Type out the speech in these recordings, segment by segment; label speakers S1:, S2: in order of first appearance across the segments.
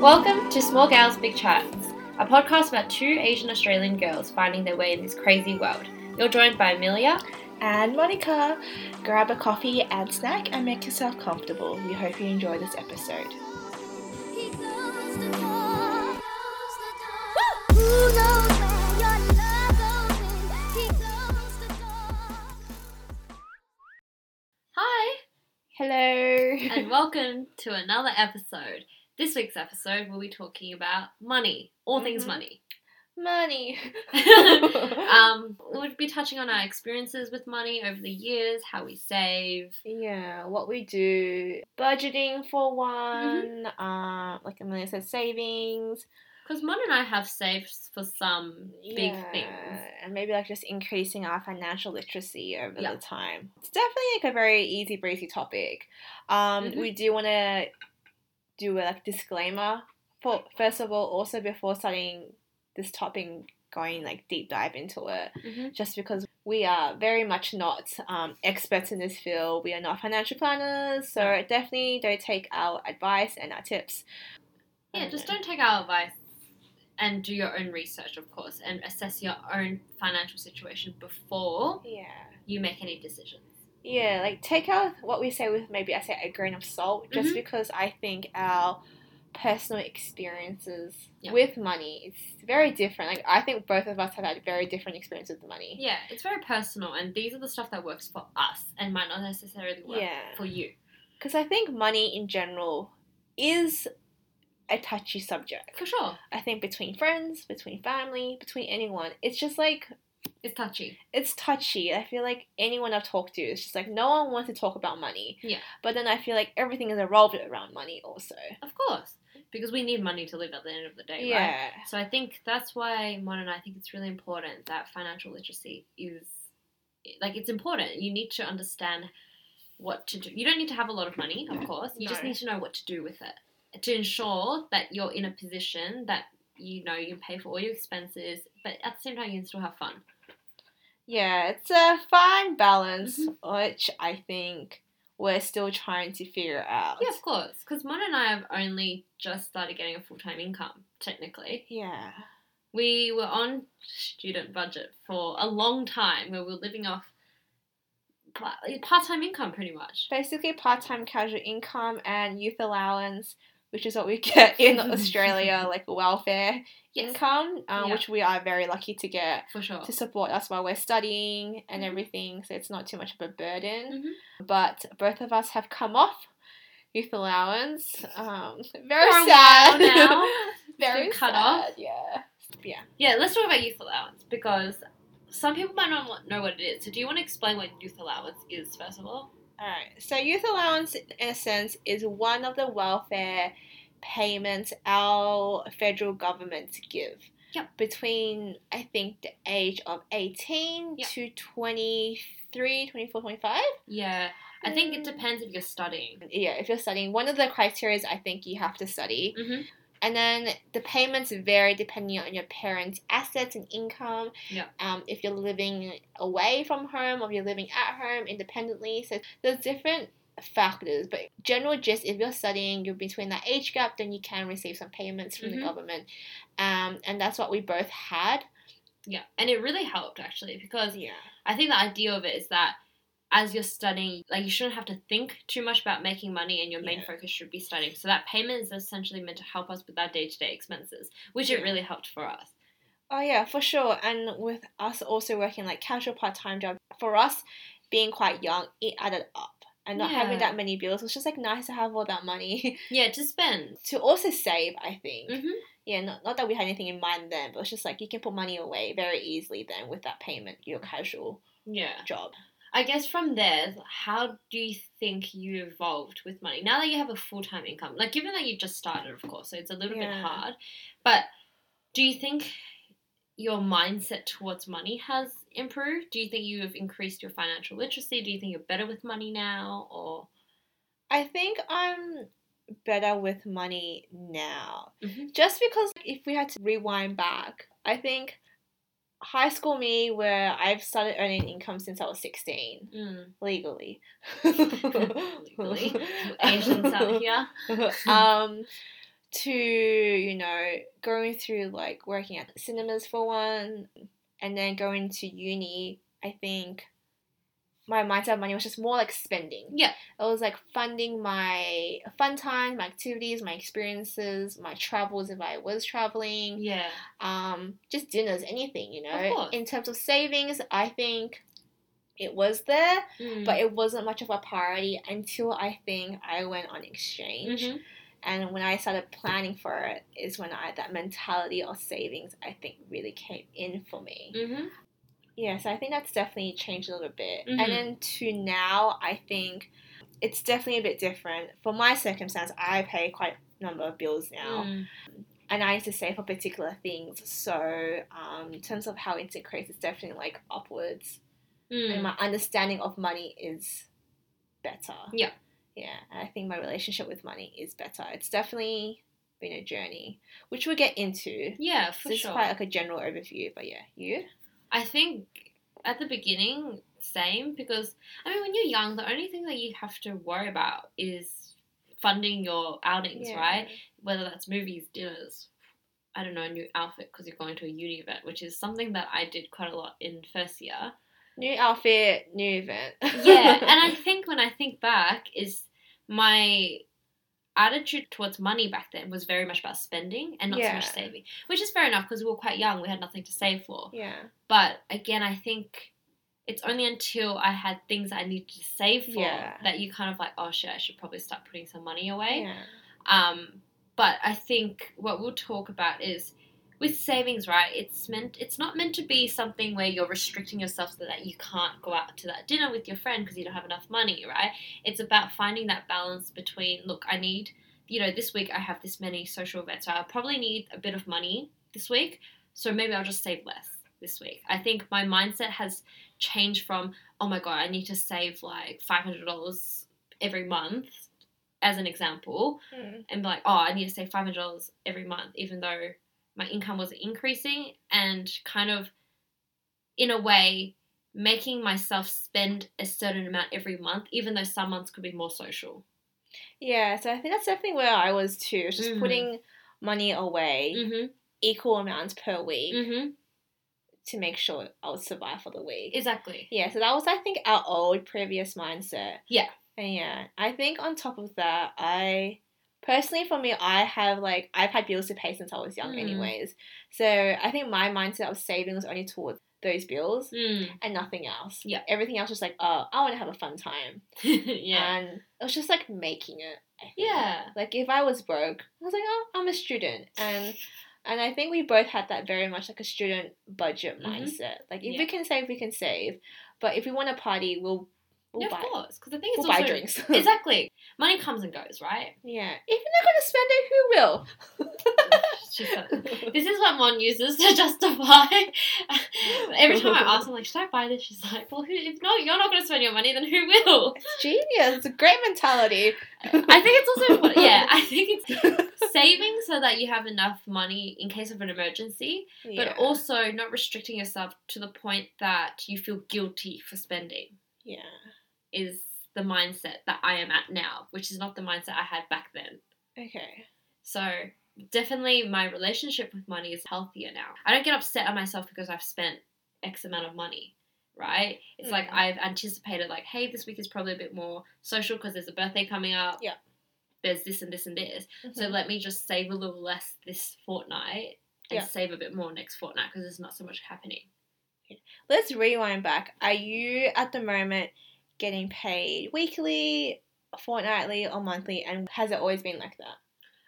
S1: Welcome to Small Gals Big Chats, a podcast about two Asian Australian girls finding their way in this crazy world. You're joined by Amelia,
S2: and Monica. Grab a coffee and snack and make yourself comfortable. We hope you enjoy this episode.
S3: He knows the time. Who knows where your love goes when he goes the time.
S1: Hi,
S2: Hello.
S1: and welcome to another episode. This week's episode, we'll be talking about money, all things
S2: Mhm.
S1: money.
S2: Money.
S1: um, we'll be touching on our experiences with money over the years, how we save.
S2: yeah, what we do, budgeting for one, um, like Amelia said, savings,
S1: Because Mon and I have saved for some big
S2: Yeah,
S1: things.
S2: and maybe like just increasing our financial literacy over
S1: Yeah.
S2: the time. It's definitely like a very easy breezy topic. Um,
S1: Mhm.
S2: We do want to do a like disclaimer for first of all, also before starting this topic, going like deep dive into it,
S1: Mhm.
S2: just because we are very much not um, experts in this field. We are not financial planners, so
S1: No.
S2: definitely don't take our advice and our tips. Um,
S1: Yeah,
S2: I don't
S1: just
S2: know.
S1: don't take our advice and do your own research, of course, and assess your own financial situation before
S2: Yeah.
S1: you make any decisions.
S2: Yeah, like take out what we say with maybe I say a grain of salt, just
S1: Mhm.
S2: because I think our personal experiences
S1: Yeah.
S2: with money is very different. Like I think both of us have had very different experiences with money.
S1: Yeah, it's very personal, and these are the stuff that works for us and might not necessarily work
S2: Yeah.
S1: for you.
S2: Because I think money in general is a touchy subject.
S1: For sure,
S2: I think between friends, between family, between anyone, it's just like
S1: it's touchy.
S2: it's touchy. I feel like anyone I've talked to, it's just like no one wants to talk about money.
S1: Yeah.
S2: But then I feel like everything is revolved around money also.
S1: Of course, because we need money to live at the end of the day, right?
S2: Yeah.
S1: So I think that's why Mon and I think it's really important that financial literacy is like it's important. You need to understand what to do. You don't need to have a lot of money, of course. You just
S2: No.
S1: need to know what to do with it to ensure that you're in a position that you know you can pay for all your expenses, but at the same time you can still have fun.
S2: Yeah, it's a fine balance,
S1: Mhm.
S2: which I think we're still trying to figure out.
S1: Yeah, of course, because Mon and I have only just started getting a full time income. Technically,
S2: Yeah.
S1: we were on student budget for a long time, where we were living off part time income pretty much.
S2: Basically, part time casual income and youth allowance, which is what we get in Australia, like welfare
S1: Yes,
S2: income,
S1: Yeah.
S2: um,
S1: Oh.
S2: which we are very lucky to get
S1: for sure.
S2: to support us while we're studying and
S1: Mhm.
S2: everything, so it's not too much of a burden.
S1: Mm-hmm.
S2: But both of us have come off youth allowance. Um, very
S1: For a
S2: sad.
S1: while now.
S2: very
S1: been cut
S2: sad.
S1: off.
S2: Yeah.
S1: yeah, let's talk about youth allowance because some people might not wa- know what it is. So, do you want to explain what youth allowance is first of all?
S2: Alright, so youth allowance, in a sense, is one of the welfare payments our federal government give.
S1: Yep.
S2: Between, I think, the age of 18
S1: Yep.
S2: to 23, 24, 25.
S1: Yeah, I think it
S2: Mm.
S1: depends if you're studying.
S2: Yeah, if you're studying, one of the criteria is I think you have to study.
S1: Mhm.
S2: And then the payments vary depending on your parents' assets and income.
S1: Yep.
S2: Um, if you're living away from home or if you're living at home independently. So there's different factors, but general gist if you're studying, you're between that age gap, then you can receive some payments from
S1: Mhm.
S2: the government. Um, and that's what we both had.
S1: Yeah, and it really helped actually because
S2: Yeah.
S1: I think the idea of it is that as you're studying, like you shouldn't have to think too much about making money, and your main
S2: Yeah.
S1: focus should be studying. So that payment is essentially meant to help us with our day-to-day expenses, which it
S2: Yeah.
S1: really helped for us.
S2: Oh yeah, for sure. And with us also working like casual part time job, for us being quite young, it added up. And not having
S1: Yeah.
S2: that many bills was just like nice to have all that money
S1: Yeah, to spend.
S2: to also save, I think.
S1: Mhm.
S2: Yeah, not, not that we had anything in mind then, but it's just like you can put money away very easily then with that payment, your casual
S1: Yeah.
S2: job.
S1: I guess from there, how do you think you evolved with money now that you have a full time income? Like, given that you just started, of course, so it's a little bit
S2: Yeah.
S1: hard. But do you think your mindset towards money has improved? Do you think you have increased your financial literacy? Do you think you're better with money now? Or
S2: I think I'm better with money now.
S1: Mhm.
S2: Just because if we had to rewind back, I think high school me where I've started earning income since I was 16,
S1: Mm.
S2: legally.
S1: Legally. Asians out here.
S2: um, to you know going through like working at cinemas for one, and then going to uni. I think my mindset of money was just more like spending.
S1: Yeah.
S2: it was like funding my fun time, my activities, my experiences, my travels if I was traveling,
S1: Yeah.
S2: um, just dinners, anything you
S1: Of
S2: know.
S1: course.
S2: In terms of savings, I think. It was there,
S1: Mm.
S2: but it wasn't much of a priority until I think I went on exchange
S1: Mhm.
S2: and when I started planning for it is when I that mentality of savings I think really came in for me.
S1: Mhm.
S2: Yeah, so I think that's definitely changed a little bit.
S1: Mhm.
S2: And then to now I think it's definitely a bit different. For my circumstance I pay quite a number of bills now
S1: Mm.
S2: and I need to save for particular things. So um, in terms of how it increases it's definitely like upwards. And
S1: Mm.
S2: my understanding of money is better.
S1: Yeah.
S2: Yeah. And I think my relationship with money is better. It's definitely been a journey, which we'll get into.
S1: Yeah,
S2: So
S1: for
S2: this
S1: sure.
S2: is quite like a general overview, but yeah, you?
S1: I think at the beginning, same because I mean, when you're young, the only thing that you have to worry about is funding your outings, right? Whether that's movies, dinners, I don't know, a new outfit because you're going to a uni event, which is something that I did quite a lot in first year.
S2: New outfit, new event.
S1: Yeah, and I think when I think back, is my attitude towards money back then was very much about spending and not so much
S2: Yeah.
S1: saving, which is fair enough because we were quite young, we had nothing to save for.
S2: Yeah.
S1: But again, I think it's only until I had things I needed to save for
S2: Yeah.
S1: that you kind of like, oh shit, I should probably start putting some money away.
S2: Yeah.
S1: Um, but I think what we'll talk about is with savings, right? It's meant it's not meant to be something where you're restricting yourself so that you can't go out to that dinner with your friend because you don't have enough money, right? It's about finding that balance between look, I need you know, this week I have this many social events, so I'll probably need a bit of money this week, so maybe I'll just save less this week. I think my mindset has changed from oh my god, I need to save like five hundred dollars every month, as an example,
S2: Mm.
S1: and be like, oh, I need to save five hundred dollars every month, even though my income was increasing, and kind of, in a way, making myself spend a certain amount every month, even though some months could be more social.
S2: Yeah, so I think that's definitely where I was too. It's Just
S1: Mhm.
S2: putting money away,
S1: Mhm.
S2: equal amounts per week
S1: Mhm.
S2: to make sure I would survive for the week.
S1: Exactly.
S2: Yeah, so that was I think our old previous mindset.
S1: Yeah.
S2: And yeah, I think on top of that, I personally for me, I have like I've had bills to pay since I was young,
S1: Mm.
S2: anyways. So I think my mindset of saving was only towards those bills
S1: Mm.
S2: and nothing else.
S1: Yeah.
S2: Everything else was like, oh, I want to have a fun time.
S1: yeah.
S2: And it was just like making it. I think.
S1: Yeah.
S2: Like if I was broke, I was like, oh, I'm a student, and and I think we both had that very much like a student budget
S1: Mhm.
S2: mindset. Like if
S1: Yeah.
S2: we can save, we can save, but if we want to party, we'll we'll
S1: Yeah, of
S2: buy
S1: course. Because I think it's
S2: we'll
S1: also
S2: buy drinks.
S1: exactly money comes and goes, right?
S2: yeah, if you're not gonna spend it, who will?
S1: She said- this is what Mon uses to justify. Every time I ask him, like, should I buy this? She's like, well, who, if not, you're not going to spend your money, then who will?
S2: It's genius. It's a great mentality.
S1: I think it's also important. Yeah, I think it's saving so that you have enough money in case of an emergency,
S2: Yeah.
S1: but also not restricting yourself to the point that you feel guilty for spending
S2: yeah,
S1: is the mindset that I am at now, which is not the mindset I had back then.
S2: okay,
S1: So definitely my relationship with money is healthier now. I don't get upset at myself because I've spent X amount of money, right? It's like
S2: Mm.
S1: I've anticipated like, hey, this week is probably a bit more social because there's a birthday coming up.
S2: Yeah.
S1: There's this and this and this. So
S2: Mhm.
S1: let me just save a little less this fortnight and
S2: Yeah.
S1: save a bit more next fortnight because there's not so much happening.
S2: let's rewind back. Are you at the moment getting paid weekly, fortnightly, or monthly? And has it always been like that?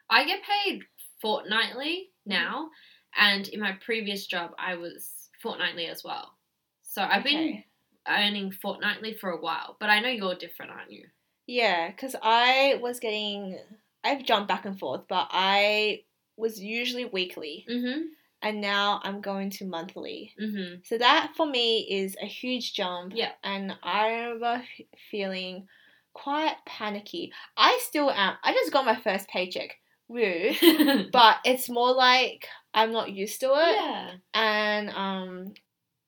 S1: I get paid fortnightly
S2: Mm-hmm.
S1: now, and in my previous job, I was fortnightly as well. So I've been
S2: Okay.
S1: earning fortnightly for a while, but I know you're different, aren't you?
S2: Yeah, because I was getting. I've jumped back and forth, but I was usually weekly,
S1: Mm-hmm.
S2: and now I'm going to monthly.
S1: Mm-hmm.
S2: So that for me is a huge jump.
S1: Yeah.
S2: And I remember f- feeling quite panicky. I still am. I just got my first paycheck woo.
S1: yeah.
S2: But it's more like I'm not used to it.
S1: yeah.
S2: and um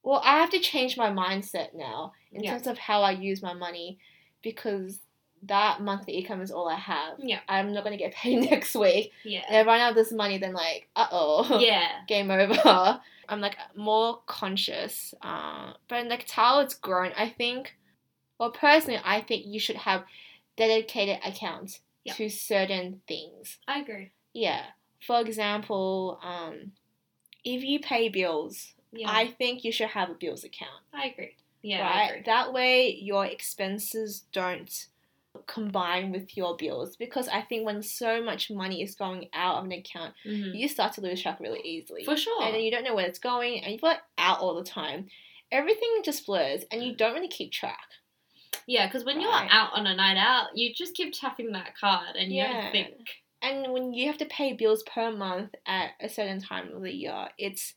S2: well i have to change my mindset now in
S1: Yeah.
S2: terms of how i use my money because that monthly income is all i have
S1: Yeah.
S2: i'm not going to get paid next week and
S1: Yeah.
S2: if i run out of this money then like uh-oh game over i'm like more conscious uh, but like how it's grown i think well personally i think you should have dedicated accounts
S1: Yeah.
S2: to certain things
S1: I agree.
S2: yeah for example um if you pay bills
S1: Yeah.
S2: I think you should have a bills account,
S1: I agree. Yeah. I
S2: right?
S1: agree.
S2: That way your expenses don't combine with your bills because I think when so much money is going out of an account,
S1: Mhm.
S2: you start to lose track really easily.
S1: For sure.
S2: And then you don't know where it's going and you put out all the time. Everything just blurs and
S1: Mm.
S2: you don't really keep track.
S1: Yeah, because when you're
S2: Right.
S1: out on a night out, you just keep tapping that card and you
S2: Yeah.
S1: don't think.
S2: And when you have to pay bills per month at a certain time of the year, it's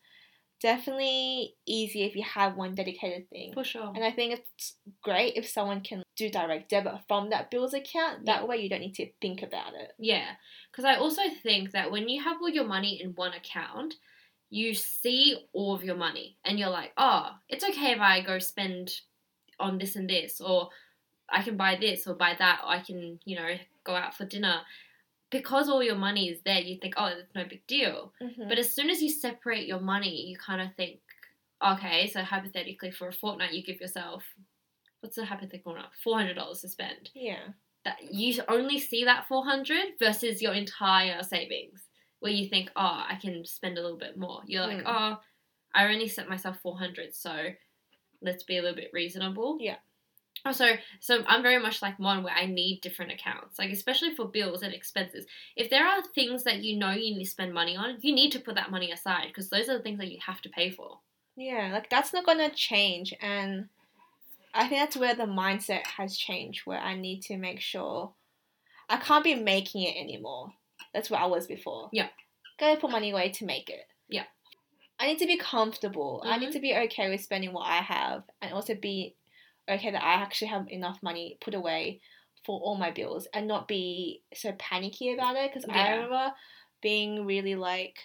S2: definitely easy if you have one dedicated thing.
S1: For sure.
S2: And I think it's great if someone can do direct debit from that bills account. That
S1: Yeah.
S2: way you don't need to think about it.
S1: Yeah, because I also think that when you have all your money in one account, you see all of your money and you're like, oh, it's okay if I go spend on this and this, or I can buy this or buy that, or I can, you know, go out for dinner. Because all your money is there, you think, oh, it's no big deal.
S2: Mm.
S1: But as soon as you separate your money, you kind of think, okay, so hypothetically for a fortnight, you give yourself, what's the hypothetical number? $400 to spend
S2: yeah.
S1: that you only see that 400 versus your entire savings where you think oh i can spend a little bit more you're like
S2: Mm.
S1: oh i only set myself 400 so let's be a little bit reasonable
S2: Yeah.
S1: also so i'm very much like mon where i need different accounts like especially for bills and expenses if there are things that you know you need to spend money on you need to put that money aside because those are the things that you have to pay for
S2: Yeah, like that's not going to change. And I think that's where the mindset has changed, where I need to make sure I can't be making it anymore. That's where I was before.
S1: Yeah.
S2: Gotta put money away to make it.
S1: Yeah.
S2: I need to be comfortable. I need
S1: Mhm.
S2: to be okay with spending what I have and also be okay that I actually have enough money put away for all my bills and not be so panicky about it because I
S1: Yeah.
S2: remember being really like,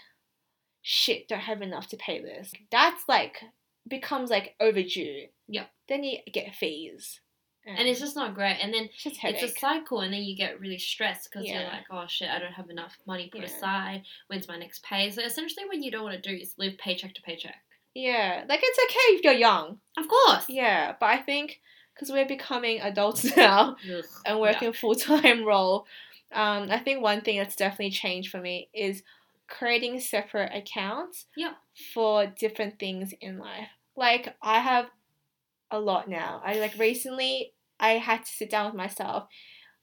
S2: shit, don't have enough to pay this. That's like becomes like overdue.
S1: Yeah.
S2: Then you get fees.
S1: and it's just not great and then
S2: it's just headache.
S1: It's a cycle, and then you get really stressed because
S2: Yeah.
S1: you're like, oh shit, I don't have enough money put
S2: Yeah.
S1: aside. When's my next pay? So essentially, what you don't want to do is live paycheck to paycheck.
S2: yeah, like it's okay if you're young.
S1: Of course.
S2: Yeah, but I think because we're becoming adults now
S1: Ugh.
S2: and working a full time role, um, I think one thing that's definitely changed for me is creating separate accounts
S1: Yeah.
S2: for different things in life. Like I have a lot now. I like recently I had to sit down with myself,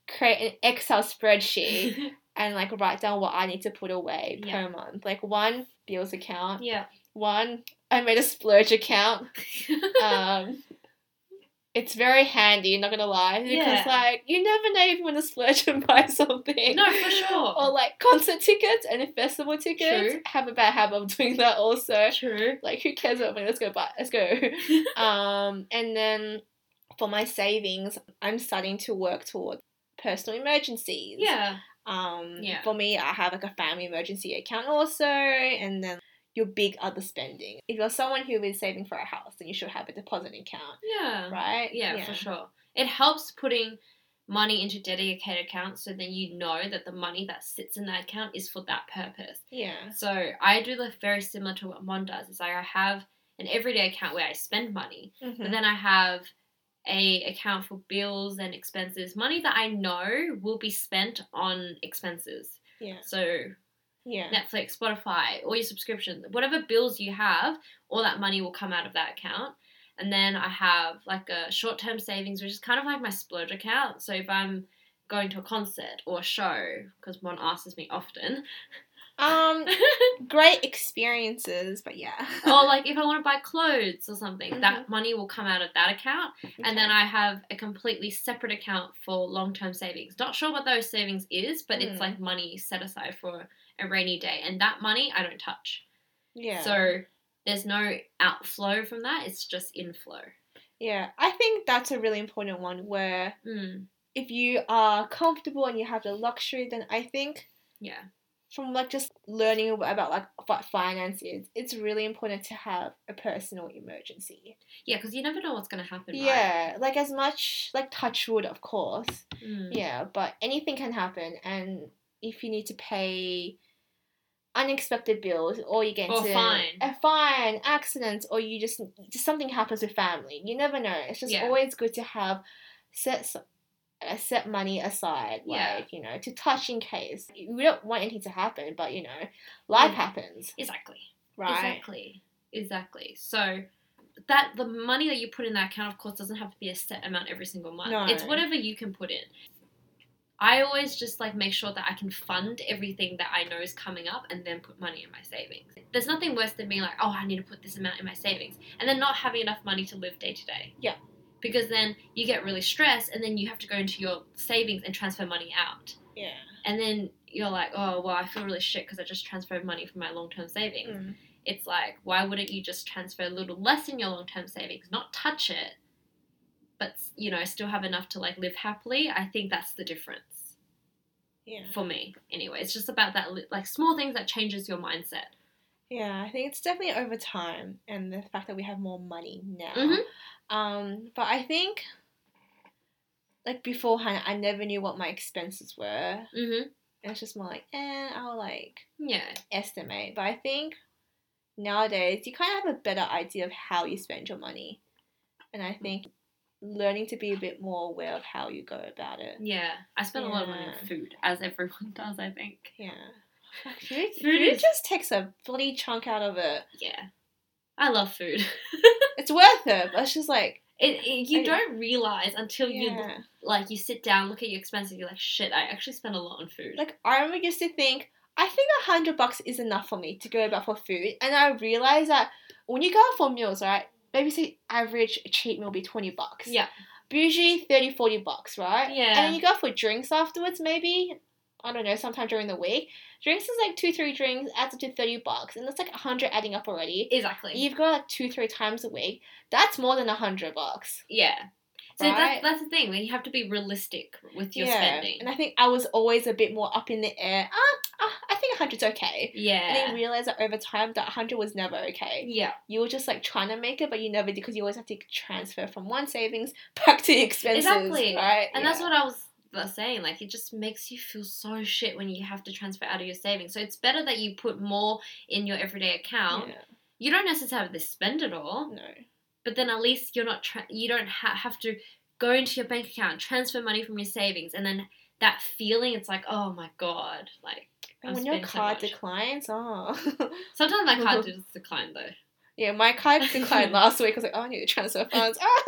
S2: create an Excel spreadsheet
S1: Yeah.
S2: and like write down what I need to put away
S1: Yeah.
S2: per month. Like one bills account,
S1: yeah.
S2: one I made a splurge account um, it's very handy, not gonna lie, because
S1: Yeah.
S2: like you never know if you want to splurge and buy something.
S1: No, for sure.
S2: Or like concert tickets and festival tickets.
S1: True.
S2: Have a bad habit of doing that also.
S1: True.
S2: Like who cares about money? Let's go buy. Let's go. um, and then for my savings, I'm starting to work toward personal emergencies.
S1: Yeah.
S2: Um,
S1: Yeah.
S2: For me, I have like a family emergency account also, and then your big other spending. If you're someone who is saving for a house, then you should have a deposit account,
S1: Yeah.
S2: right?
S1: Yeah, for sure. It helps putting money into dedicated accounts so then you know that the money that sits in that account is for that purpose.
S2: Yeah.
S1: So I do the very similar to what Mon does. It's like I have an everyday account where I spend money. But
S2: Mhm.
S1: then I have a account for bills and expenses, money that I know will be spent on expenses.
S2: Yeah.
S1: So
S2: Yeah.
S1: Netflix, Spotify, all your subscriptions, whatever bills you have, all that money will come out of that account. And then I have like a short-term savings, which is kind of like my splurge account. So if I'm going to a concert or a show, because one asks me often,
S2: Um, great experiences, but yeah.
S1: or like if I want to buy clothes or something,
S2: Mm-hmm.
S1: that money will come out of that account. And then I have a completely separate account for long term savings. Not sure what those savings is, but
S2: Mm.
S1: it's like money set aside for a rainy day. And that money I don't touch.
S2: yeah.
S1: So there's no outflow from that, it's just inflow.
S2: yeah, I think that's a really important one where
S1: Mm.
S2: if you are comfortable and you have the luxury, then I think
S1: Yeah.
S2: from like just learning about like what finance is, it's really important to have a personal emergency.
S1: Yeah, because you never know what's going to happen. Right?
S2: Yeah, like as much like touch wood, of course.
S1: Mm.
S2: Yeah, but anything can happen, and if you need to pay unexpected bills, or you get
S1: Or
S2: into
S1: fine.
S2: a fine, accidents, or you just, just something happens with family, you never know. It's just
S1: Yeah.
S2: always good to have set s- uh, set money aside,
S1: Yeah.
S2: like you know, to touch in case we don't want anything to happen, but you know, life
S1: Yeah.
S2: happens,
S1: Exactly.
S2: right?
S1: Mm. Exactly. Exactly. So that the money that you put in that account, of course, doesn't have to be a set amount every single month.
S2: No.
S1: It's whatever you can put in. I always just like make sure that I can fund everything that I know is coming up and then put money in my savings. There's nothing worse than being like, oh, I need to put this amount in my savings and then not having enough money to live day to day.
S2: Yeah.
S1: Because then you get really stressed and then you have to go into your savings and transfer money out.
S2: Yeah.
S1: And then you're like, oh, well, I feel really shit because I just transferred money from my long term savings
S2: Mm.
S1: it's like why wouldn't you just transfer a little less in your long-term savings not touch it but you know still have enough to like live happily i think that's the difference
S2: Yeah.
S1: for me anyway it's just about that li- like small things that changes your mindset
S2: Yeah, I think it's definitely over time and the fact that we have more money now.
S1: Mhm.
S2: Um, but I think like beforehand, I never knew what my expenses were.
S1: mm-hmm.
S2: And it's just more like, eh, I'll like
S1: yeah
S2: estimate. But I think nowadays you kind of have a better idea of how you spend your money, and I think learning to be a bit more aware of how you go about it.
S1: yeah i spend a lot of money
S2: Yeah.
S1: on food as everyone does i think
S2: Yeah, Like, food,
S1: Food
S2: food
S1: is-
S2: just takes a bloody chunk out of it.
S1: yeah i love food
S2: It's worth it, but it's just like
S1: it, it- you
S2: I-
S1: don't realize until you
S2: yeah.
S1: like you sit down look at your expenses you're like shit i actually spent a lot on food
S2: Like I remember used to think I think a hundred bucks is enough for me to go about for food, and I realized that when you go out for meals, right? Maybe say average cheap meal will be twenty bucks.
S1: yeah
S2: But Usually 30, 40 bucks, right?
S1: Yeah.
S2: And then you go out for drinks afterwards, maybe. I don't know, sometime during the week. Drinks is like two, three drinks adds up to thirty bucks, and that's like a hundred adding up already.
S1: exactly
S2: You've got like two, three times a week. That's more than a hundred bucks.
S1: Yeah. So
S2: Right?
S1: that, that's the thing. Like you have to be realistic with your spending.
S2: And I think I was always a bit more up in the air. Ah, ah I think a hundred's okay. And then
S1: yeah.
S2: realize that over time that 100 was never okay.
S1: Yeah.
S2: You were just like trying to make it, but you never did because you always have to transfer from one savings back to the expenses.
S1: Exactly.
S2: Right?
S1: And that's
S2: Yeah.
S1: what I was was saying. Like it just makes you feel so shit when you have to transfer out of your savings. So it's better that you put more in your everyday account.
S2: Yeah.
S1: You don't necessarily have to spend it all,
S2: No.
S1: but then at least you're not tra- you don't ha- have to go into your bank account, transfer money from your savings, and then that feeling it's like oh my god like
S2: And
S1: I'm
S2: when your
S1: spending so
S2: card
S1: much.
S2: declines, oh.
S1: sometimes my card does decline though
S2: yeah, my card declined last week. I was like, oh, I need to transfer funds. Ah.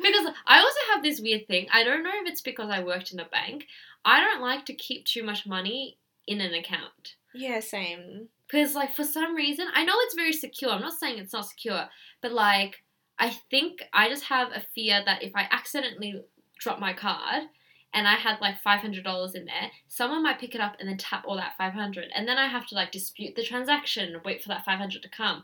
S1: because I also have this weird thing. I don't know if it's because I worked in a bank. I don't like to keep too much money in an account.
S2: yeah, same.
S1: Because, like, for some reason, I know it's very secure. I'm not saying it's not secure, but, like, I think I just have a fear that if I accidentally drop my card and I had, like, $500 in there, someone might pick it up and then tap all that 500 And then I have to, like, dispute the transaction and wait for that 500 to come.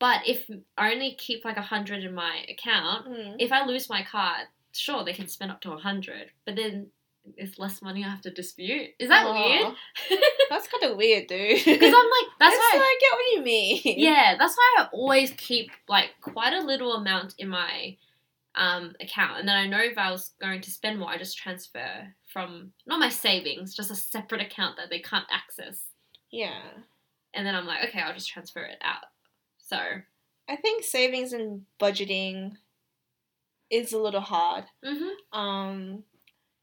S1: But if I only keep, like, 100 in my account,
S2: Mm.
S1: if I lose my card, sure they can spend up to a hundred, but then it's less money I have to dispute. Is that weird?
S2: Aw. that's kind of weird, dude.
S1: Because I'm like, that's
S2: It's
S1: why.
S2: like, I get what you mean.
S1: yeah, that's why I always keep like quite a little amount in my um, account, and then I know if I was going to spend more, I just transfer from not my savings, just a separate account that they can't access,
S2: Yeah.
S1: and then I'm like, okay, I'll just transfer it out. So
S2: I think savings and budgeting is a little hard.
S1: hmm
S2: Um,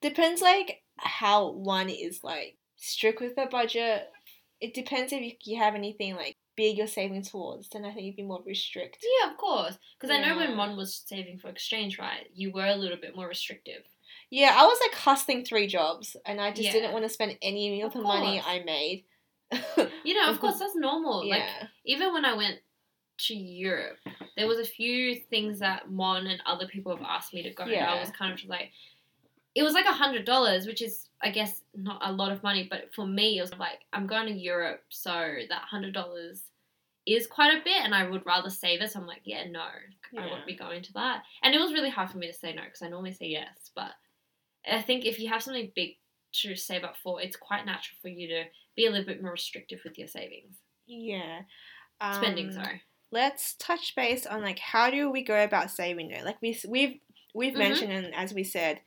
S2: depends like how one is like strict with their budget. It depends if you, you have anything like big you're saving towards. Then I think you'd be more restrict.
S1: yeah, of course, because I know
S2: Yeah.
S1: when Mon was saving for exchange, right? You were a little bit more restrictive.
S2: Yeah, I was like hustling three jobs, and I just
S1: Yeah.
S2: didn't want to spend any of
S1: Of
S2: the money
S1: course.
S2: I made.
S1: You know, of course, that's normal. Like
S2: yeah,
S1: even when I went to Europe, there was a few things that Mon and other people have asked me to go. And
S2: Yeah.
S1: I was kind of just like, it was like a hundred dollars, which is, I guess, not a lot of money, but for me, it was like I'm going to Europe, so that hundred dollars is quite a bit, and I would rather save it. So I'm like, yeah, no, I
S2: Yeah.
S1: won't be going to that. And it was really hard for me to say no because I normally say yes, but I think if you have something big to save up for, it's quite natural for you to be a little bit more restrictive with your savings.
S2: Yeah. Um,
S1: Spending, sorry.
S2: Let's touch base on like how do we go about saving though? Like we s- we've we've
S1: Mhm.
S2: mentioned and as we said,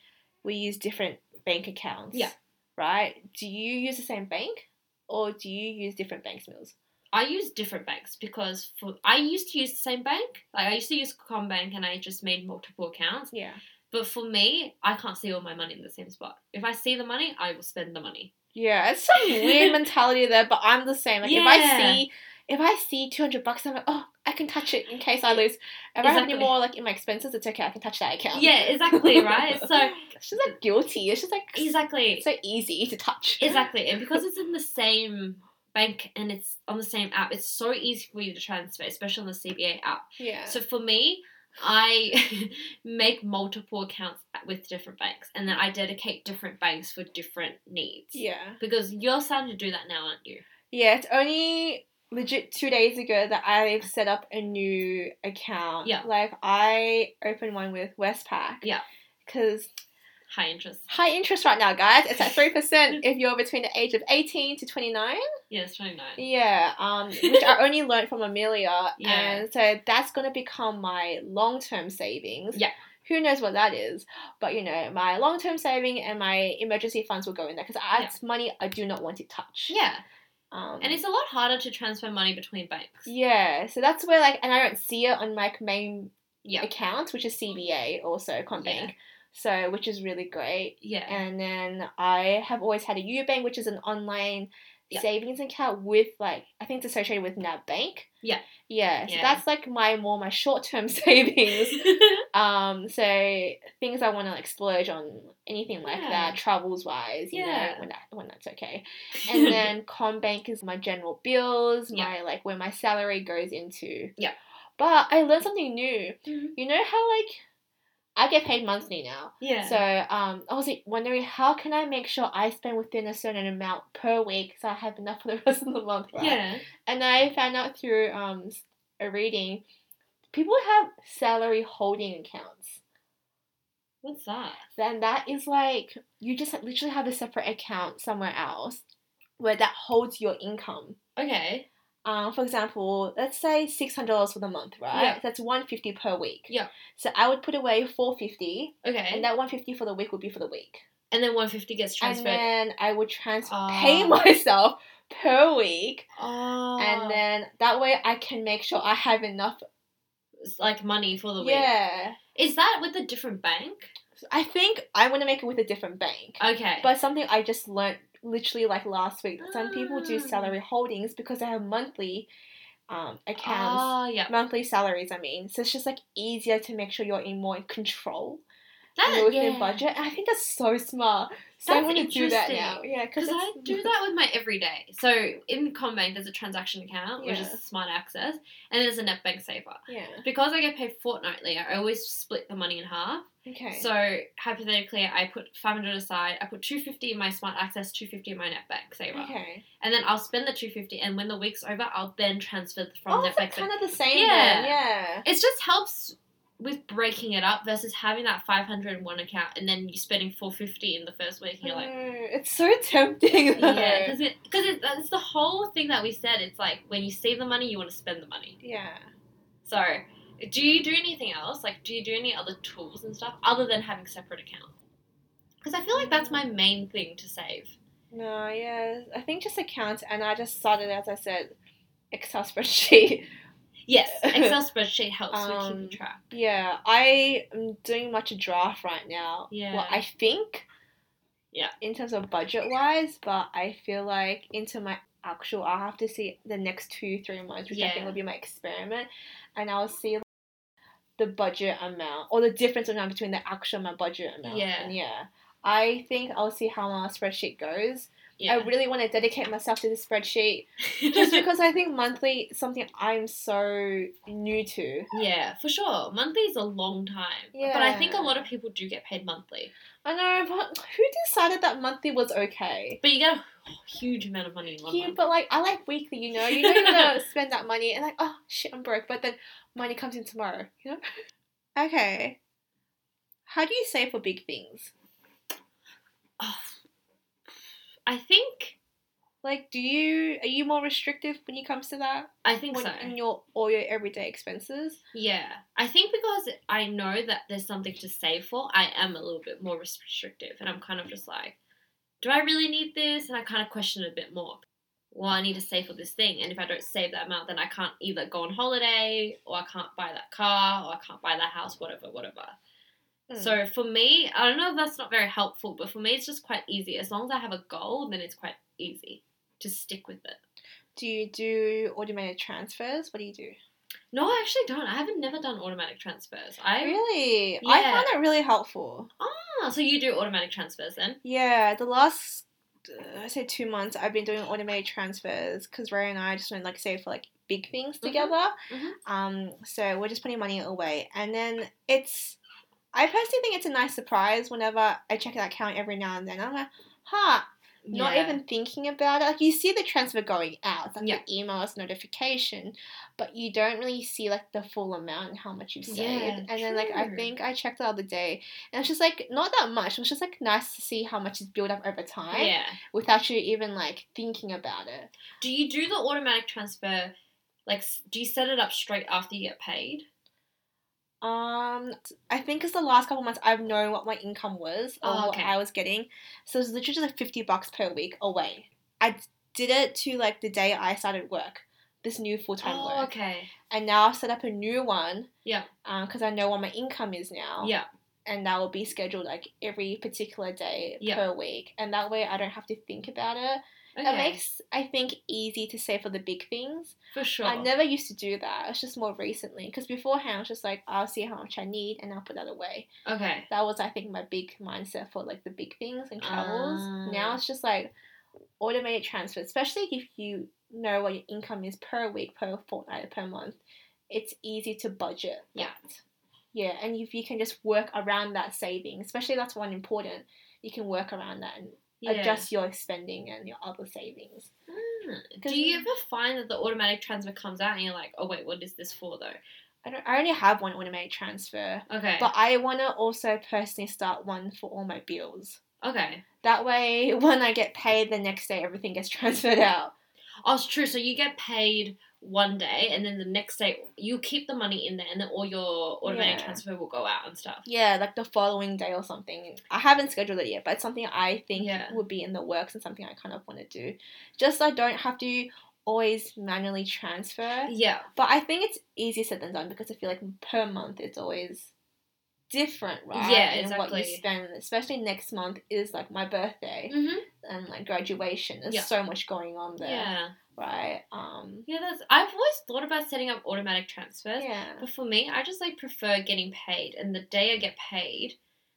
S2: we use different bank accounts.
S1: Yeah.
S2: Right? Do you use the same bank or do you use different bank mills?
S1: I use different banks because for I used to use the same bank. Like I used to use Combank and I just made multiple accounts.
S2: Yeah.
S1: But for me, I can't see all my money in the same spot. If I see the money, I will spend the money.
S2: Yeah, it's some weird mentality there, but I'm the same. Like if I
S1: Yeah.
S2: see if I see two hundred bucks, I'm like, oh, I can touch it in case I lose. If I have any
S1: Exactly.
S2: more like in my expenses, it's okay. I can touch that account.
S1: Yeah, exactly, right? So
S2: she's like guilty. It's just like
S1: exactly.
S2: so easy to touch.
S1: Exactly, and because it's in the same bank and it's on the same app, it's so easy for you to transfer, especially on the CBA app.
S2: Yeah.
S1: So for me, I make multiple accounts with different banks, and then I dedicate different banks for different needs.
S2: yeah.
S1: Because you're starting to do that now, aren't you?
S2: Yeah, it's only legit two days ago that I've set up a new account.
S1: Yeah.
S2: Like I opened one with Westpac.
S1: Yeah.
S2: Because
S1: High interest.
S2: high interest right now, guys. It's at three percent if you're between the age of eighteen to twenty nine.
S1: Yeah, it's 29.
S2: Yeah, um, which I only learned from Amelia,
S1: Yeah.
S2: and so that's gonna become my long term savings.
S1: Yeah.
S2: Who knows what that is? But you know, my long term saving and my emergency funds will go in there because that's money I do not want to touch.
S1: Yeah,
S2: Um,
S1: and it's a lot harder to transfer money between banks.
S2: yeah, so that's where like, and I don't see it on my main
S1: Yeah,
S2: account, which is CBA also Combank. So which is really great.
S1: yeah.
S2: And then I have always had a Ubank, which is an online
S1: Yeah.
S2: savings account with like I think it's associated with NAB Bank.
S1: Yeah.
S2: Yeah. So
S1: Yeah.
S2: that's like my more my short term savings. um, so things I want to like splurge on anything like
S1: Yeah.
S2: that, travels wise, you know,
S1: Yeah.
S2: when that when that's okay. And then Combank is my general bills,
S1: Yeah.
S2: my like where my salary goes into.
S1: Yeah.
S2: But I learned something new.
S1: Mhm.
S2: You know how like I get paid monthly now.
S1: yeah,
S2: So um, I was like wondering how can I make sure I spend within a certain amount per week so I have enough for the rest of the month. right?
S1: yeah,
S2: And I found out through um s- a reading, people have salary holding accounts.
S1: what's that?
S2: Then that is like you just literally have a separate account somewhere else, where that holds your income.
S1: Okay,
S2: Um, for example, let's say six hundred dollars for the month, right?
S1: Yeah.
S2: That's one fifty per week.
S1: Yeah.
S2: So I would put away four fifty,
S1: okay,
S2: and that one fifty for the week would be for the week.
S1: and then 150 gets transferred.
S2: and then I would trans
S1: Ah.
S2: pay myself per week,
S1: oh,
S2: and then that way I can make sure I have enough.
S1: It's like money for the week.
S2: Yeah,
S1: Is that with a different bank?
S2: So I think I want to make it with a different bank,
S1: Okay.
S2: but something I just learnt literally like last week. that Some people do
S1: Ah.
S2: salary holdings because they have monthly um, accounts.
S1: oh yeah,
S2: Monthly salaries, I mean, so it's just like easier to make sure you're in more control, and
S1: that
S2: you're within
S1: Ah, yeah.
S2: budget. And I think that's so smart. So I
S1: That's
S2: want to do that
S1: interesting.
S2: now. Yeah,
S1: Because I
S2: it's-
S1: do that with my everyday. So in Combank, there's a transaction account, which
S2: Yeah.
S1: is Smart Access, and there's a NetBank Saver.
S2: Yeah.
S1: Because I get paid fortnightly, I always split the money in half.
S2: Okay.
S1: So hypothetically, I put 500 aside. I put 250 in my Smart Access, 250 in my NetBank Saver,
S2: okay.
S1: and then I'll spend the 250. And when the week's over, I'll then transfer from
S2: oh,
S1: NetBank.
S2: it's like
S1: Saver.
S2: kind of the same
S1: Yeah.
S2: then, yeah.
S1: it just helps with breaking it up versus having that 500 in one account and then you spending 450 in the first week and you're like
S2: Mm, it's so tempting though.
S1: yeah because it, 'cause it, it's the whole thing that we said it's like when you save the money you want to spend the money
S2: Yeah.
S1: so do you do anything else like do you do any other tools and stuff other than having separate accounts because i feel like that's my main thing to save
S2: No, yeah. I think just accounts and I just started as I said, Excel spreadsheet.
S1: yes excel spreadsheet helps with
S2: Um,
S1: keeping track
S2: yeah. I am doing much a draft right now.
S1: Yeah.
S2: Well I think.
S1: Yeah.
S2: In terms of budget wise, but I feel like into my actual I'll have to see the next two, three months, which I think
S1: Yeah.
S2: will be my experiment. And I'll see the budget amount or the difference amount between the actual and my budget amount.
S1: Yeah.
S2: And yeah. I think I'll see how my spreadsheet goes.
S1: yeah
S2: I really want to dedicate myself to the spreadsheet just because I think monthly is something I'm so new to.
S1: yeah for sure monthly is a long time but i think a
S2: Yeah.
S1: lot of people do get paid monthly
S2: I know, but who decided that monthly was okay?
S1: But you get a huge amount of money in one
S2: Yeah,
S1: month.
S2: but like I like weekly, you know. You know you're gonna spend that money and like, oh shit, I'm broke. But then money comes in tomorrow, you know. Okay. How do you save for big things?
S1: Oh, I think
S2: Like, do you are you more restrictive when it comes to that?
S1: I think
S2: when,
S1: so.
S2: In your all your everyday expenses.
S1: Yeah, I think because I know that there's something to save for, I am a little bit more restrictive, and I'm kind of just like, do I really need this? And I kind of question it a bit more. Well, I need to save for this thing, and if I don't save that amount, then I can't either go on holiday, or I can't buy that car, or I can't buy that house, whatever, whatever.
S2: Mm.
S1: So for me, I don't know if that's not very helpful, but for me, it's just quite easy. As long as I have a goal, then it's quite easy to stick with it.
S2: do you do automated transfers? What do you do?
S1: No, I actually don't. I haven't never done automatic transfers. I
S2: Really, I
S1: Yeah.
S2: found it really helpful.
S1: Ah, so you do automatic transfers then?
S2: Yeah, the last uh, I say two months I've been doing automated transfers because Ray and I just want to like save for like big things together.
S1: mhm.
S2: Um, so we're just putting money away, and then it's I personally think it's a nice surprise whenever I check that account every now and then. I'm like, huh, not
S1: Yeah.
S2: even thinking about it. Like you see the transfer going out, like
S1: Yeah.
S2: the emails notification, but you don't really see like the full amount and how much you've saved.
S1: Yeah,
S2: and then like I
S1: true.
S2: think I checked the other day, and it's just like not that much. It was just like nice to see how much is built up over time
S1: Yeah.
S2: without you even like thinking about it.
S1: Do you do the automatic transfer? Like, s- do you set it up straight after you get paid?
S2: Um, I think it's the last couple months I've known what my income was or
S1: Oh,
S2: what
S1: okay.
S2: I was getting. So it was literally just like fifty bucks per week away. I d- did it to like the day I started work, this new full time work,
S1: Oh, okay.
S2: and now I've set up a new one.
S1: Yeah.
S2: Um, because I know what my income is now.
S1: Yeah.
S2: And that will be scheduled like every particular day
S1: Yeah.
S2: per week, and that way I don't have to think about it.
S1: Okay.
S2: That makes I think easy to save for the big things.
S1: for sure.
S2: I never used to do that. It's just more recently because beforehand I was just like, I'll see how much I need and I'll put that away.
S1: okay.
S2: That was, I think, my big mindset for like the big things and travels.
S1: Ah.
S2: Now it's just like automated transfer, especially if you know what your income is per week, per fortnight, per month. It's easy to budget.
S1: Yeah.
S2: that. Yeah, and if you can just work around that saving, especially that's one important. You can work around that and
S1: Yeah.
S2: adjust your spending and your other savings.
S1: Ah,
S2: 'Cause-
S1: Do you ever find that the automatic transfer comes out and you're like, oh wait, what is this for though?
S2: I don't. I only have one automated transfer.
S1: Okay.
S2: But I want to also personally start one for all my bills.
S1: okay.
S2: That way, when I get paid the next day, everything gets transferred out.
S1: Oh, it's true. So you get paid one day, and then the next day you keep the money in there, and then all your automatic
S2: Yeah.
S1: transfer will go out and stuff.
S2: Yeah, like the following day or something. I haven't scheduled it yet, but it's something I think
S1: Yeah.
S2: would be in the works and something I kind of want to do. Just so I don't have to always manually transfer.
S1: Yeah.
S2: But I think it's easier said than done because I feel like per month it's always different, right?
S1: Yeah,
S2: And What
S1: exactly.
S2: you spend, especially next month is like my birthday
S1: Mm-hmm.
S2: and like graduation. There's
S1: Yeah.
S2: so much going on there.
S1: Yeah.
S2: right? Um,
S1: Yeah. That's. I've always thought about setting up automatic transfers.
S2: yeah,
S1: But for me, I just like prefer getting paid, and the day I get paid,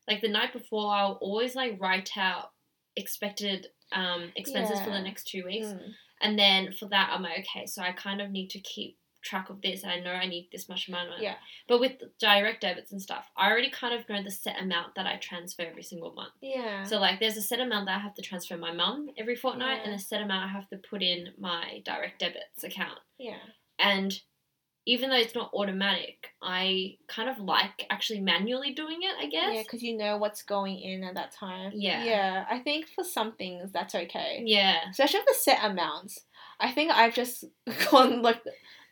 S1: like the night before, I'll always like write out expected um, expenses for the
S2: Yeah.
S1: next two weeks,
S2: Mm.
S1: and then for that, I'm like, okay, so I kind of need to keep track of this, and I know I need this much amount. of-
S2: Yeah.
S1: But with direct debits and stuff, I already kind of know the set amount that I transfer every single month.
S2: yeah,
S1: So like, there's a set amount that I have to transfer my mum every fortnight,
S2: Yeah.
S1: and a set amount I have to put in my direct debits account
S2: yeah,
S1: and even though it's not automatic i kind of like actually manually doing it i
S2: yeah,
S1: guess
S2: because you know what's going in at that time.
S1: Yeah.
S2: yeah. I think for some things that's okay,
S1: yeah
S2: especially for set amounts. I think I've just gone like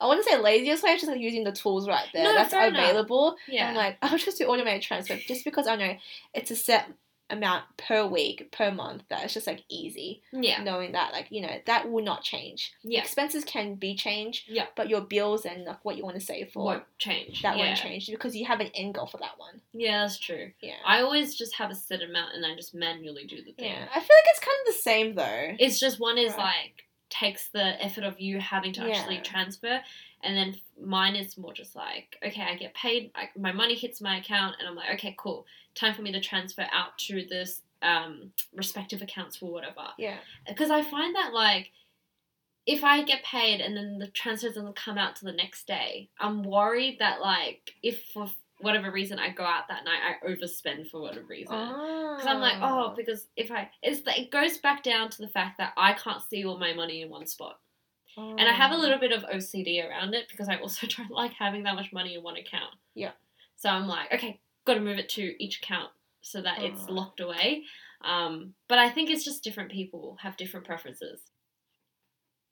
S2: I wouldn't say laziest way, just like using the tools right there
S1: No,
S2: that's
S1: fair enough.
S2: available.
S1: yeah
S2: I'm like I'll just do automated transfer just because I know it's a set amount per week per month that it's just like easy
S1: yeah
S2: knowing that like you know that will not change
S1: yeah
S2: expenses can be changed
S1: Yeah.
S2: but your bills and like what you want to save for
S1: won't change
S2: that
S1: yeah.
S2: won't change because you have an end goal for that one.
S1: yeah that's true
S2: Yeah.
S1: i always just have a set amount and i just manually do the thing
S2: yeah. I feel like it's kind of the same though.
S1: it's just one is
S2: Right.
S1: like takes the effort of you having to actually
S2: Yeah.
S1: transfer and then mine is more just like okay i get paid I, my money hits my account and i'm like okay cool time for me to transfer out to this um, respective accounts for whatever
S2: yeah.
S1: because I find that like if I get paid and then the transfer doesn't come out till the next day, I'm worried that like if for whatever reason I go out that night, I overspend for whatever reason. Because I'm like, oh, because if I, it's the, it goes back down to the fact that I can't see all my money in one spot,
S2: Ah.
S1: and I have
S2: Um,
S1: a little bit of OCD around it because I also don't like having that much money in one account.
S2: Yeah.
S1: So I'm like, okay, got to move it to each account so that it's
S2: Oh.
S1: locked away. Um, but I think it's just different people have different preferences.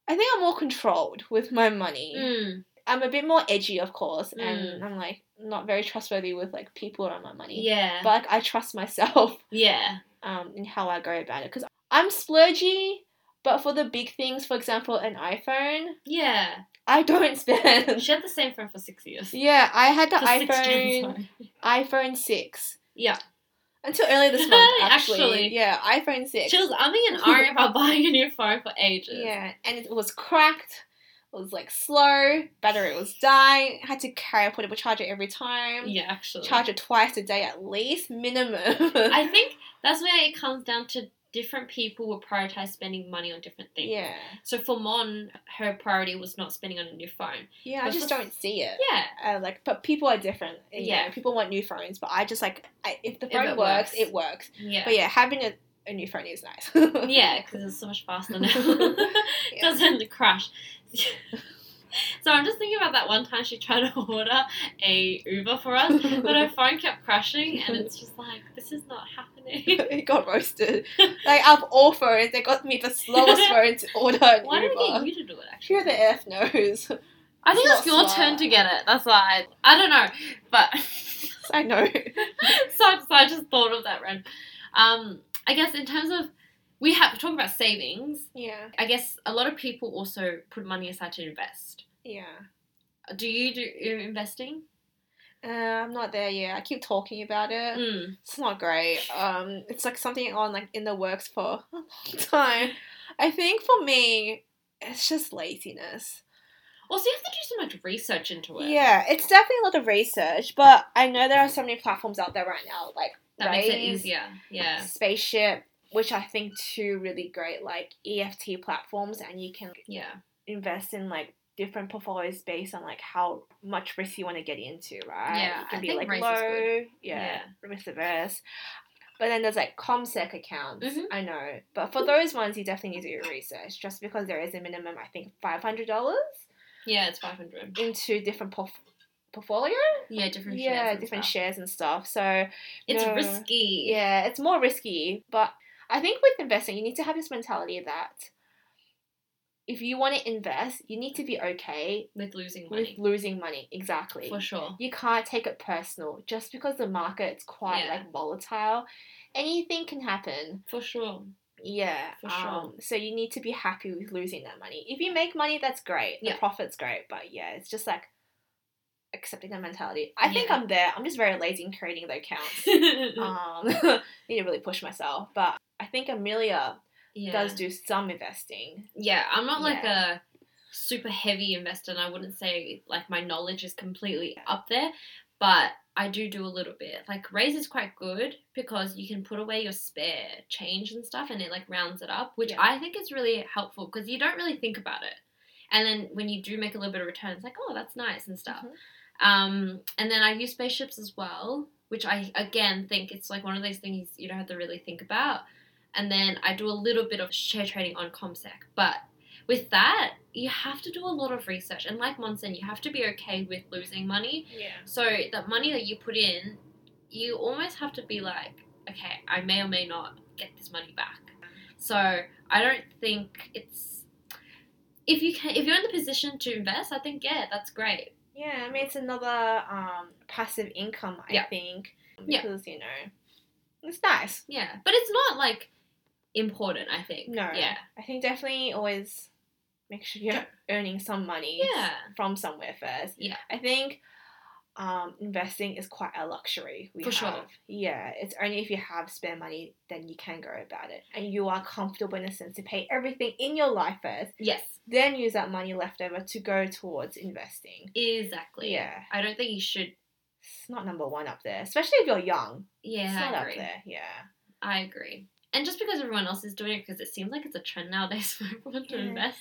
S2: I think I'm more controlled with my money.
S1: Mm,
S2: I'm a bit more edgy, of course, and I'm like not very trustworthy with like people around my money.
S1: yeah.
S2: But like I trust myself
S1: yeah.
S2: um, in how I go about it because I'm splurgy, but for the big things, for example, an iPhone,
S1: Yeah.
S2: I don't spend.
S1: She had the same phone for six years.
S2: yeah, I had the
S1: For six years,
S2: iPhone
S1: sorry.
S2: iPhone six
S1: Yeah.
S2: until earlier this month. Actually,
S1: Actually.
S2: yeah, iPhone six.
S1: She was umming and ahhing about buying a new phone for ages.
S2: Yeah, and it was cracked. It was like slow. Battery was dying. had to carry a portable charger every time.
S1: Yeah, actually.
S2: Charge it twice a day at least, minimum.
S1: I think that's where it comes down to different people will prioritize spending money on different things.
S2: yeah,
S1: So for Mon, her priority was not spending on a new phone.
S2: yeah. I
S1: But
S2: just
S1: for-
S2: don't see it.
S1: Yeah.
S2: Uh, like, but people are different. yeah,
S1: Yeah.
S2: people want new phones, but I just like I, if the
S1: If
S2: phone
S1: it
S2: works,
S1: works.
S2: it works.
S1: Yeah.
S2: But yeah, having a, a new phone is nice.
S1: yeah, because it's so much faster now.
S2: Yeah.
S1: It doesn't crash. so I'm just thinking about that one time she tried to order a Uber for us, but her phone kept crashing, and it's just like this is not happening.
S2: it got roasted. Like out of all phones, they got me the slowest phone to order an
S1: Why did we
S2: Uber.
S1: get you to do it? Actually,
S2: Who the f knows?
S1: I think
S2: It's
S1: it's
S2: not
S1: your
S2: smart.
S1: turn to get it. That's why I, I don't know, but.
S2: I know.
S1: so, I- so I just thought of that, Ren. Um, I guess in terms of we have talking about savings.
S2: Yeah,
S1: I guess a lot of people also put money aside to invest.
S2: yeah.
S1: Do you do you investing?
S2: Uh, I'm not there yet. I keep talking about it.
S1: Mm.
S2: It's not great. Um, it's like something on like in the works for a long time. I think for me, it's just laziness.
S1: Also, you have to do so much research into it.
S2: Yeah, it's definitely a lot of research, but I know there are so many platforms out there right now, like
S1: that makes it
S2: Raise,
S1: easier. Yeah,
S2: Spaceship, which I think two really great like EFT platforms, and you can
S1: yeah,
S2: invest in like different portfolios based on like how much risk you want to get into, right?
S1: Yeah,
S2: it can
S1: I
S2: be
S1: think
S2: like
S1: raise is
S2: low,
S1: good.
S2: yeah,
S1: Yeah.
S2: risk averse. But then there's like ComSec accounts.
S1: Mhm.
S2: I know, but for those ones, you definitely need to do your research, just because there is a minimum, I think, five hundred dollars
S1: yeah. It's five hundred.
S2: into different porf- portfolio.
S1: Yeah, different.
S2: yeah,
S1: shares and
S2: different
S1: stuff.
S2: shares and stuff. So
S1: It's
S2: No.
S1: risky.
S2: yeah, it's more risky, but I think with investing, you need to have this mentality that if you want to invest, you need to be okay
S1: with losing
S2: with
S1: money
S2: losing money. Exactly.
S1: for sure.
S2: You can't take it personal just because the market's quite
S1: Yeah.
S2: like volatile. Anything can happen.
S1: For sure.
S2: Yeah.
S1: For sure.
S2: um, so you need to be happy with losing that money. If you make money, that's great. The
S1: Yeah.
S2: profit's great. But yeah, it's just like accepting that mentality. I think
S1: Yeah.
S2: I'm there. I'm just very lazy in creating the accounts. um, need to really push myself. But I think Amelia
S1: yeah.
S2: does do some investing.
S1: Yeah, I'm not like a super heavy investor, and I wouldn't say like my knowledge is completely up there, but I do do a little bit. Like Raise is quite good because you can put away your spare change and stuff, and it like rounds it up, which
S2: Yeah.
S1: I think is really helpful because you don't really think about it. And then when you do make a little bit of return, it's like, oh, that's nice and stuff.
S2: Mhm.
S1: Um, and then I use spaceships as well, which I again think it's like one of those things you don't have to really think about. And then I do a little bit of share trading on ComSec. But with that, you have to do a lot of research. And like Monson, you have to be okay with losing money.
S2: Yeah.
S1: So that money that you put in, you almost have to be like, okay, I may or may not get this money back. So I don't think it's if you can if you're in the position to invest, I think yeah, that's great.
S2: Yeah, I mean it's another um, passive income. I
S1: Yeah.
S2: think
S1: Yeah.
S2: because you know it's nice.
S1: Yeah, but it's not like important. I think.
S2: No.
S1: Yeah.
S2: I think definitely always make sure you're earning some money.
S1: Yeah.
S2: From somewhere first.
S1: Yeah.
S2: I think. Um, investing is quite a luxury. We
S1: For
S2: have.
S1: sure.
S2: Yeah, it's only if you have spare money then you can go about it, and you are comfortable in a sense to pay everything in your life first,
S1: Yes.
S2: then use that money left over to go towards investing.
S1: Exactly.
S2: Yeah.
S1: I don't think you should.
S2: It's not number one up there, especially if you're young. it's
S1: Yeah,
S2: not
S1: I
S2: up
S1: agree.
S2: there. Yeah.
S1: I agree. And just because everyone else is doing it, because it seems like it's a trend nowadays for everyone to
S2: Yeah.
S1: invest.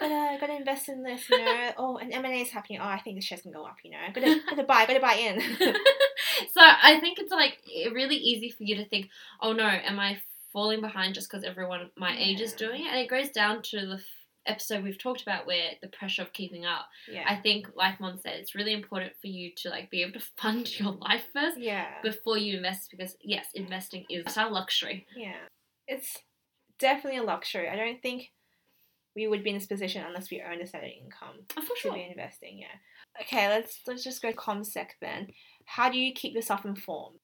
S2: Gotta gotta invest in this, you know. oh, and M and A is happening. Oh, I think the shares can go up, you know. Gotta gotta buy, gotta buy in.
S1: so I think it's like i- really easy for you to think, oh no, am I falling behind just because everyone my age is
S2: Yeah.
S1: doing it? And it goes down to the f- episode we've talked about where the pressure of keeping up. I
S2: yeah.
S1: think, like Mon said, it's really important for you to like be able to fund your life first
S2: Yeah.
S1: before you invest because yes, investing is our luxury.
S2: Yeah. It's definitely a luxury. I don't think we would be in this position unless we earned a certain income
S1: Oh, for
S2: to
S1: sure.
S2: be investing. Yeah. Okay, let's let's just go comsec then. How do you keep yourself informed?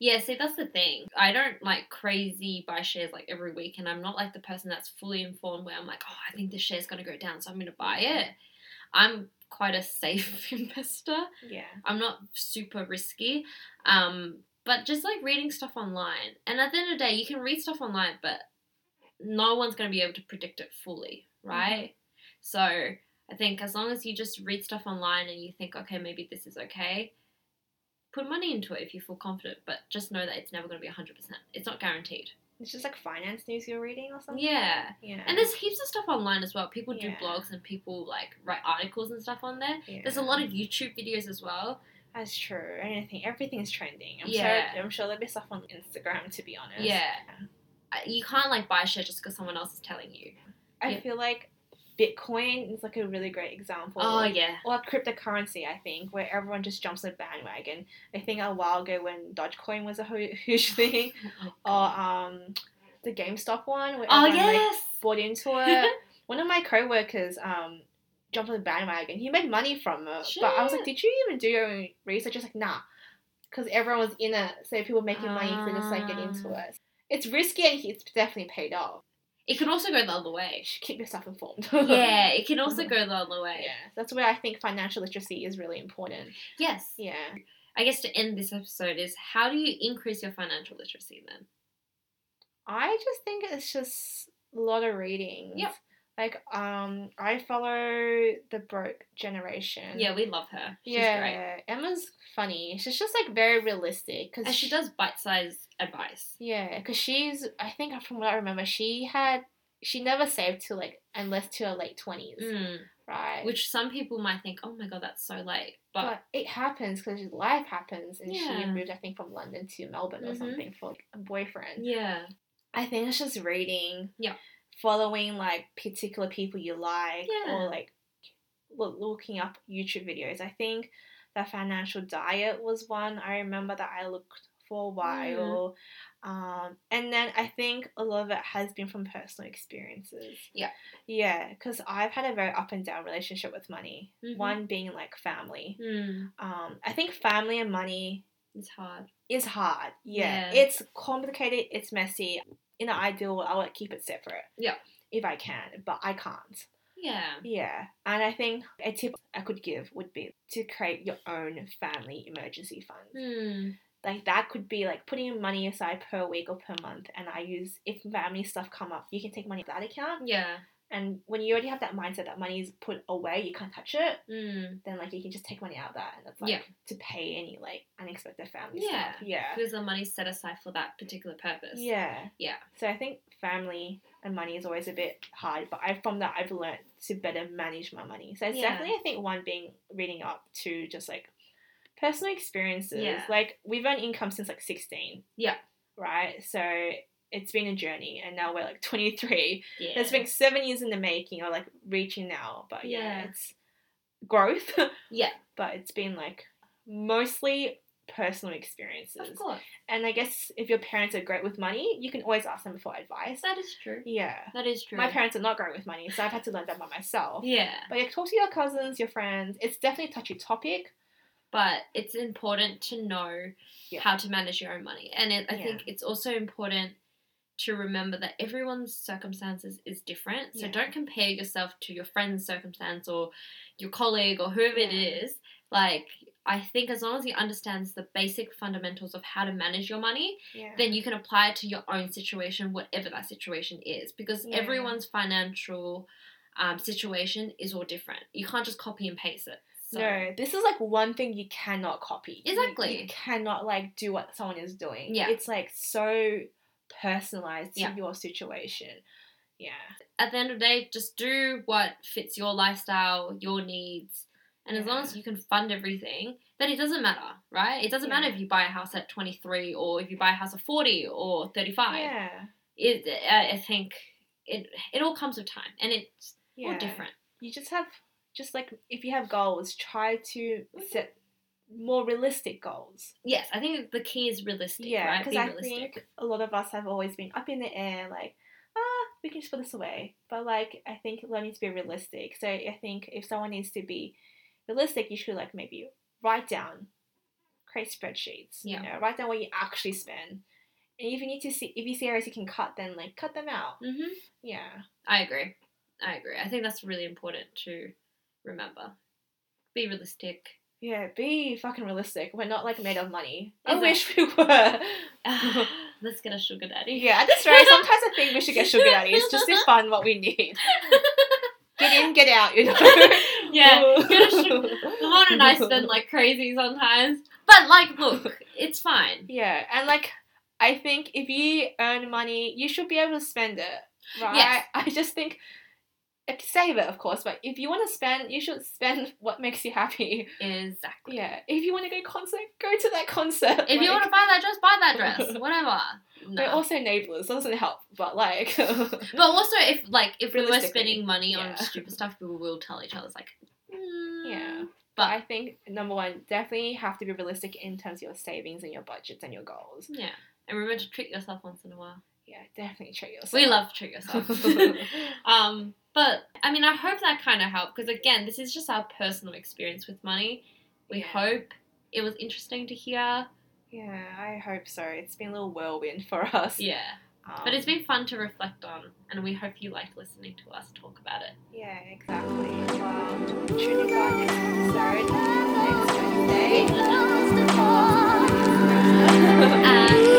S1: Yeah, see, that's the thing. I don't like crazy buy shares like every week, and I'm not like the person that's fully informed where I'm like, oh, I think this share's going to go down, so I'm going to buy it. I'm quite a safe investor.
S2: Yeah.
S1: I'm not super risky. Um, but just like reading stuff online. And at the end of the day, you can read stuff online, but no one's going to be able to predict it fully, right? So I think as long as you just read stuff online and you think, okay, maybe this is okay, put money into it if you feel confident, but just know that it's never going to be 100%. It's not guaranteed.
S2: It's just like finance news you're reading or something.
S1: Yeah.
S2: Yeah.
S1: And there's heaps of stuff online as well. People do
S2: Yeah.
S1: blogs and people like write articles and stuff on there.
S2: Yeah.
S1: There's a lot of YouTube videos as well.
S2: That's true. Anything, everything is trending. I'm
S1: Yeah.
S2: sure. I'm sure there'll be stuff on Instagram. To be honest.
S1: Yeah. I- you can't like buy shit just because someone else is telling you.
S2: I
S1: Yeah.
S2: feel like Bitcoin is like a really great example.
S1: Oh yeah,
S2: Or cryptocurrency, I think, where everyone just jumps on the bandwagon. I think a while ago when Dogecoin was a hu- huge thing, or um, the GameStop one, where
S1: oh
S2: everyone like,
S1: yes,
S2: bought into it. one of my coworkers um jumped on the bandwagon. He made money from it, but I was like,
S1: Shit.
S2: did you even do your own research? I was like, nah, because everyone was in it, so people making money, so they just like get into
S1: Ah.
S2: it. It's risky and it's definitely paid off.
S1: it can also go the other
S2: You
S1: way.
S2: should keep yourself informed.
S1: yeah, it can also go the other way.
S2: Yeah, that's where I think financial literacy is really important.
S1: Yes,
S2: Yeah.
S1: I guess to end this episode is how do you increase your financial literacy then?
S2: I just think it's just a lot of readings.
S1: Yep.
S2: Like, um, I follow the broke generation.
S1: Yeah, we love her. She's great,
S2: yeah. Emma's funny. She's just like very realistic. Cause
S1: and she does bite-sized advice.
S2: Yeah, because she's, I think from what I remember, she had, she never saved till like, unless to her late 20s,
S1: Mm,
S2: right?
S1: Which some people might think, oh my god, that's so late, but.
S2: but it happens because life happens, and she
S1: Yeah.
S2: moved, I think, from London to Melbourne or
S1: Mhm.
S2: something for a boyfriend.
S1: yeah,
S2: I think it's just reading.
S1: Yeah.
S2: Following like particular people you like
S1: Yeah.
S2: or like loo- looking up YouTube videos. I think the financial diet was one I remember that I looked for
S1: Mm.
S2: a while. Um, and then I think a lot of it has been from personal experiences.
S1: Yeah.
S2: Yeah, because I've had a very up and down relationship with money.
S1: Mhm.
S2: One being like family.
S1: mm,
S2: Um, I think family and money
S1: it's hard.
S2: is hard. Yeah.
S1: Yeah.
S2: It's complicated, it's messy. In the ideal world, I would keep it separate.
S1: Yeah.
S2: If I can, but I can't.
S1: Yeah,
S2: Yeah. And I think a tip I could give would be to create your own family emergency fund.
S1: mm,
S2: Like that could be like putting money aside per week or per month and I use if family stuff come up, you can take money out of that account.
S1: yeah,
S2: And when you already have that mindset that money is put away, you can't touch it,
S1: mm.
S2: then like you can just take money out of that and that's like
S1: Yeah.
S2: to pay any like unexpected family
S1: Yeah.
S2: stuff. Yeah.
S1: Because the money's set aside for that particular purpose.
S2: Yeah.
S1: Yeah.
S2: So I think family and money is always a bit hard, but I from that I've learned to better manage my money. So it's
S1: Yeah.
S2: definitely I think one being reading up to just like personal experiences.
S1: Yeah.
S2: Like we've earned income since like sixteen.
S1: Yeah.
S2: Right? So it's been a journey and now we're like twenty three.
S1: yeah.
S2: It's been seven years in the making or like reaching now. But yeah,
S1: Yeah.
S2: it's growth.
S1: Yeah.
S2: But it's been like mostly personal experiences.
S1: Of course.
S2: And I guess if your parents are great with money, you can always ask them for advice.
S1: That is true.
S2: Yeah.
S1: That is true.
S2: My parents are not great with money, so I've had to learn that by myself.
S1: Yeah.
S2: But yeah, talk to your cousins, your friends. It's definitely a touchy topic.
S1: But it's important to know
S2: Yeah.
S1: how to manage your own money. And it, I
S2: Yeah.
S1: think it's also important to remember that everyone's circumstances is different. So
S2: Yeah.
S1: don't compare yourself to your friend's circumstance or your colleague or whoever it
S2: Yeah.
S1: is. Like, I think as long as you understands the basic fundamentals of how to manage your money,
S2: Yeah.
S1: then you can apply it to your own situation, whatever that situation is, because
S2: Yeah.
S1: everyone's financial um, situation is all different. You can't just copy and paste it. So,
S2: no, this is like one thing you cannot copy. You- You,
S1: Exactly.
S2: cannot like do what someone is doing.
S1: Yeah.
S2: It's like so personalized to
S1: Yeah.
S2: your situation. Yeah.
S1: At the end of the day, just do what fits your lifestyle, your needs. And as long
S2: Yeah.
S1: as you can fund everything, then it doesn't matter, right? It doesn't
S2: Yeah.
S1: matter if you buy a house at 23 or if you buy a house at 40 or 35.
S2: Yeah.
S1: It, I I think it, it all comes with time and it's all
S2: Yeah.
S1: different.
S2: you just have just like if you have goals try to
S1: Mm-hmm.
S2: set more realistic goals
S1: Yes, I think the key is realistic,
S2: yeah
S1: right?
S2: because
S1: Be
S2: i
S1: realistic.
S2: think a lot of us have always been up in the air like ah we can just put this away. But like, I think learning to be realistic. So I think if someone needs to be realistic, you should like maybe write down, create spreadsheets.
S1: Yeah.
S2: You know, write down what you actually spend. And if you need to see, if you see areas you can cut, then like cut them out.
S1: Mm-hmm.
S2: Yeah.
S1: I agree. I agree. I think that's really important to remember. Be realistic.
S2: Yeah, be fucking realistic. We're not like made of money. I
S1: Exactly.
S2: wish we were.
S1: Let's get a sugar daddy.
S2: Yeah, that's right. Sometimes I think we should get sugar daddies just to fund what we need. Get in, get out, you know.
S1: yeah. Get a sugar. Lauren and I spend like crazy sometimes, but like, look, it's fine.
S2: Yeah, and like I think if you earn money, you should be able to spend it, right?
S1: Yes.
S2: I just think like, save it, of course, but if you want to spend, you should spend what makes you happy.
S1: Exactly.
S2: Yeah, if you want to go concert, go to that concert.
S1: If you want to buy that dress, buy that dress. Whatever.
S2: We're
S1: No.
S2: also enablers. Doesn't help, but like,
S1: But also, if like if we were
S2: Realistically,
S1: spending money
S2: yeah.
S1: on stupid stuff, we will tell each other it's like, mm,
S2: yeah. But I
S1: But
S2: think number one, definitely have to be realistic in terms of your savings and your budgets and your goals.
S1: yeah, and remember to treat yourself once in a while.
S2: Yeah, definitely treat yourself.
S1: We love treat yourself. Um, but I mean, I hope that kind of helped because again, this is just our personal experience with money. We
S2: Yeah.
S1: hope it was interesting to hear.
S2: yeah, I hope so. It's been a little whirlwind for us.
S1: Yeah,
S2: Um,
S1: but it's been fun to reflect on, and we hope you liked listening to us talk about it.
S2: Yeah, exactly. Well, tune in for our next episode next Wednesday.
S3: Close the door.
S1: And